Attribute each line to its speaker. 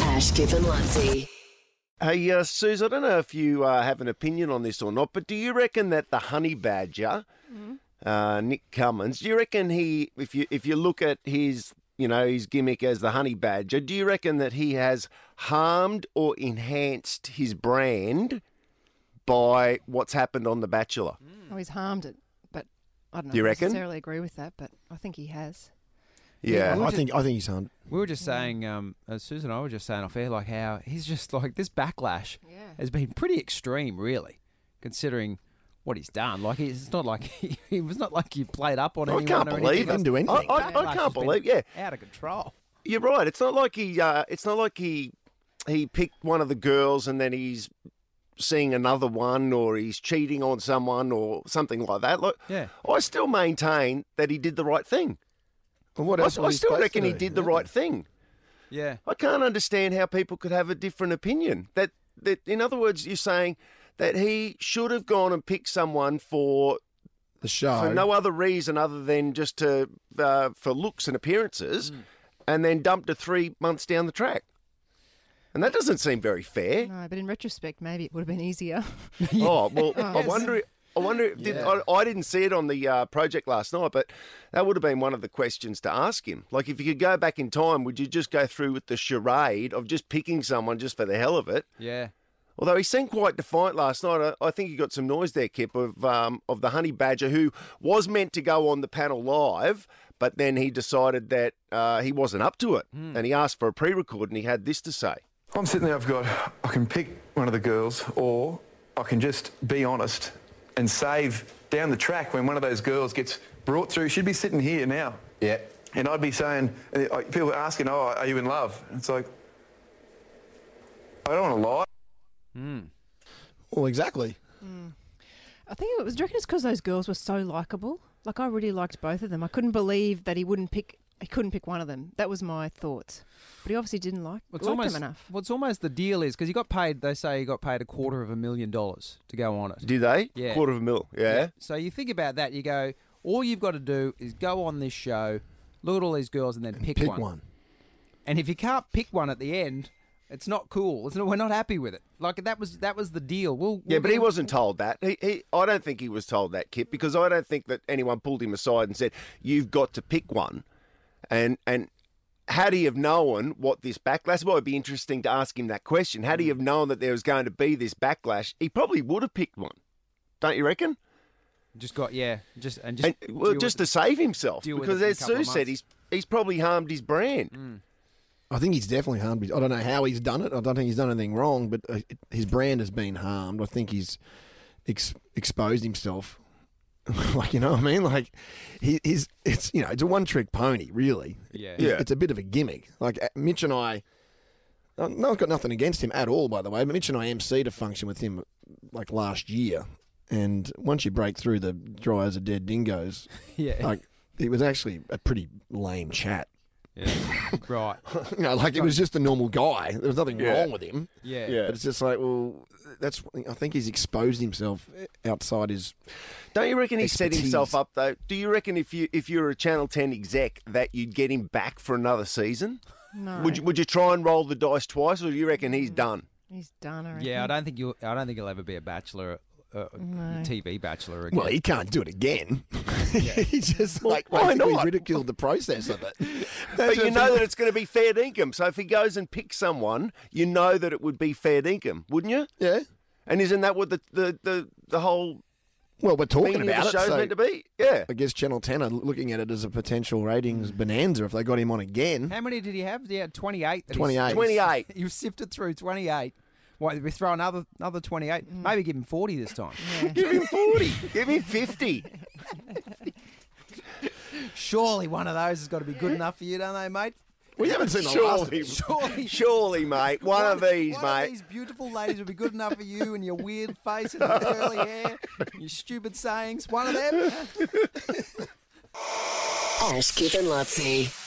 Speaker 1: Ash, Kip, and Lutzi.
Speaker 2: Hey, uh, Suze, I don't know if you uh, have an opinion on this or not, but do you reckon that the honey badger, uh, Nick Cummins, do you reckon he, if you if you look at his, you know, his gimmick as the honey badger, do you reckon that he has harmed or enhanced his brand by what's happened on The Bachelor?
Speaker 3: Oh, he's harmed it, but I don't know
Speaker 2: You
Speaker 3: if I
Speaker 2: reckon?
Speaker 3: necessarily agree with that, but I think he has.
Speaker 2: Yeah.
Speaker 4: I think I think he's harmed.
Speaker 5: We were just saying, um, uh, Susan and I were just saying off air, like how he's just like this backlash
Speaker 3: Yeah.
Speaker 5: has been pretty extreme, really, considering what he's done. Like he's it's not like he, he was not like you played up on
Speaker 2: I
Speaker 5: anyone.
Speaker 2: can't
Speaker 5: or
Speaker 2: believe
Speaker 4: it.
Speaker 5: anything.
Speaker 4: Didn't do
Speaker 2: I,
Speaker 4: anything.
Speaker 2: I,
Speaker 5: Backlash
Speaker 2: I
Speaker 5: has
Speaker 2: can't
Speaker 5: been
Speaker 2: believe. Yeah,
Speaker 5: out of control.
Speaker 2: you're right. It's not like he. Uh, it's not like he. He picked one of the girls and then he's seeing another one, or he's cheating on someone, or something like that. Look,
Speaker 5: Yeah.
Speaker 2: I still maintain that he did the right thing.
Speaker 4: Well, what
Speaker 2: I,
Speaker 4: else
Speaker 2: I
Speaker 4: was
Speaker 2: still
Speaker 4: supposed
Speaker 2: reckon
Speaker 4: to
Speaker 2: he
Speaker 4: do?
Speaker 2: did the right thing.
Speaker 5: Yeah,
Speaker 2: I can't understand how people could have a different opinion. That that, in other words, you're saying that he should have gone and picked someone for
Speaker 4: The show.
Speaker 2: for no other reason other than just to uh, for looks and appearances, and then dumped her three months down the track. And that doesn't seem very fair.
Speaker 3: No, but in retrospect, maybe it would have been easier.
Speaker 2: Oh well, I wonder. I wonder. If, did, I, I didn't see it on the uh, project last night, but that would have been one of the questions to ask him. Like, if you could go back in time, would you just go through with the charade of just picking someone just for the hell of it?
Speaker 5: yeah.
Speaker 2: Although he seemed quite defiant last night, I, I think he got some noise there, Kip, of um, of the honey badger who was meant to go on the panel live, but then he decided that uh, he wasn't up to it, and he asked for a pre-record, and he had this to say.
Speaker 6: I'm sitting there, I've got, I can pick one of the girls, or I can just be honest and save down the track when one of those girls gets brought through. She'd be sitting here now.
Speaker 7: Yeah.
Speaker 6: And I'd be saying, and, uh, people are asking, oh, are you in love? And it's like, I don't want to lie.
Speaker 4: Well, exactly.
Speaker 3: I think it was. Do you reckon it's because those girls were so likable? Like I really liked both of them. I couldn't believe that he wouldn't pick. He couldn't pick one of them. That was my thoughts. But he obviously didn't like,
Speaker 5: What's
Speaker 3: like
Speaker 5: almost
Speaker 3: them enough.
Speaker 5: what's almost the deal is because he got paid. They say he got paid a quarter of a million dollars to go on it.
Speaker 2: Do they?
Speaker 5: Yeah.
Speaker 2: Quarter of a mil. Yeah.
Speaker 5: So you think about that, you go, all you've got to do is go on this show, look at all these girls, and then pick,
Speaker 4: Pick
Speaker 5: one.
Speaker 4: one.
Speaker 5: And if you can't pick one at the end, it's not cool. It's not, we're not happy with it. Like that was that was the deal. We'll,
Speaker 2: Yeah,
Speaker 5: we'll
Speaker 2: but he
Speaker 5: get-
Speaker 2: wasn't told that. He, he, I don't think he was told that, Kip, because I don't think that anyone pulled him aside and said, "You've got to pick one." And and had he have known what this backlash, well, it'd be interesting to ask him that question. Had
Speaker 5: Mm.
Speaker 2: he have known that there was going to be this backlash, he probably would have picked one. Don't you reckon?
Speaker 5: just got yeah, just and just
Speaker 2: And well,
Speaker 5: deal
Speaker 2: just to
Speaker 5: with
Speaker 2: save himself,
Speaker 5: deal with
Speaker 2: because
Speaker 5: it in a
Speaker 2: as
Speaker 5: couple
Speaker 2: Sue
Speaker 5: of
Speaker 2: said,
Speaker 5: months.
Speaker 2: he's he's probably harmed his brand.
Speaker 4: I think he's definitely harmed. his- I don't know how he's done it. I don't think he's done anything wrong, but uh, it- his brand has been harmed. I think he's ex- exposed himself. like you know what I mean? Like he, he's it's you know it's a one trick pony really.
Speaker 5: Yeah.
Speaker 4: It's-
Speaker 2: Yeah.
Speaker 4: It's a bit of a gimmick. Like uh, Mitch and I. uh, No, I've got nothing against him at all, by the way. But Mitch and I emceed a function with him like last year, and once you break through the dry as a dead dingoes,
Speaker 5: Yeah.
Speaker 4: like it was actually a pretty lame chat
Speaker 5: it. right.
Speaker 4: you know, like it was just a normal guy. There was nothing wrong with him.
Speaker 5: Yeah.
Speaker 4: But it's just like, well, that's. I think he's exposed himself outside his.
Speaker 2: Don't you reckon he set himself
Speaker 4: Expertise.
Speaker 2: up though? Do you reckon if you if you were a Channel Ten exec that you'd get him back for another season?
Speaker 3: No,
Speaker 2: Would you, would you try and roll the dice twice, or do you reckon he's done?
Speaker 3: he's done. I reckon.
Speaker 5: Yeah, I don't think you. I don't think he'll ever be a bachelor, uh, TV bachelor again.
Speaker 4: Well, he can't do it again. he's just like
Speaker 2: why
Speaker 4: basically
Speaker 2: not?
Speaker 4: ridiculed the process of it.
Speaker 2: But you know that it's going to be fair dinkum. So if he goes and picks someone, you know that it would be fair dinkum, wouldn't you?
Speaker 4: yeah.
Speaker 2: And isn't that what the the the, the whole
Speaker 4: Well, we're talking
Speaker 2: thing of the
Speaker 4: about it.
Speaker 2: show's
Speaker 4: so
Speaker 2: meant to be? Yeah.
Speaker 4: I guess Channel Ten are looking at it as a potential ratings bonanza if they got him on again.
Speaker 5: How many did he have? He had twenty eight.
Speaker 4: 28.
Speaker 2: Twenty eight.
Speaker 5: You've sifted through twenty eight. Why we throw another another twenty eight? Maybe give him forty this time.
Speaker 2: Give him forty. Give him fifty.
Speaker 5: Surely one of those has got to be good enough for you, don't they, mate?
Speaker 4: We haven't seen the last. of
Speaker 2: Surely,
Speaker 4: it.
Speaker 5: Surely-
Speaker 2: surely, mate. One, of these,
Speaker 5: one
Speaker 2: mate.
Speaker 5: Of these beautiful ladies would be good enough for you and your weird face and your curly hair, and your stupid sayings. One of them.
Speaker 1: Ash, Kip, and Lutzi.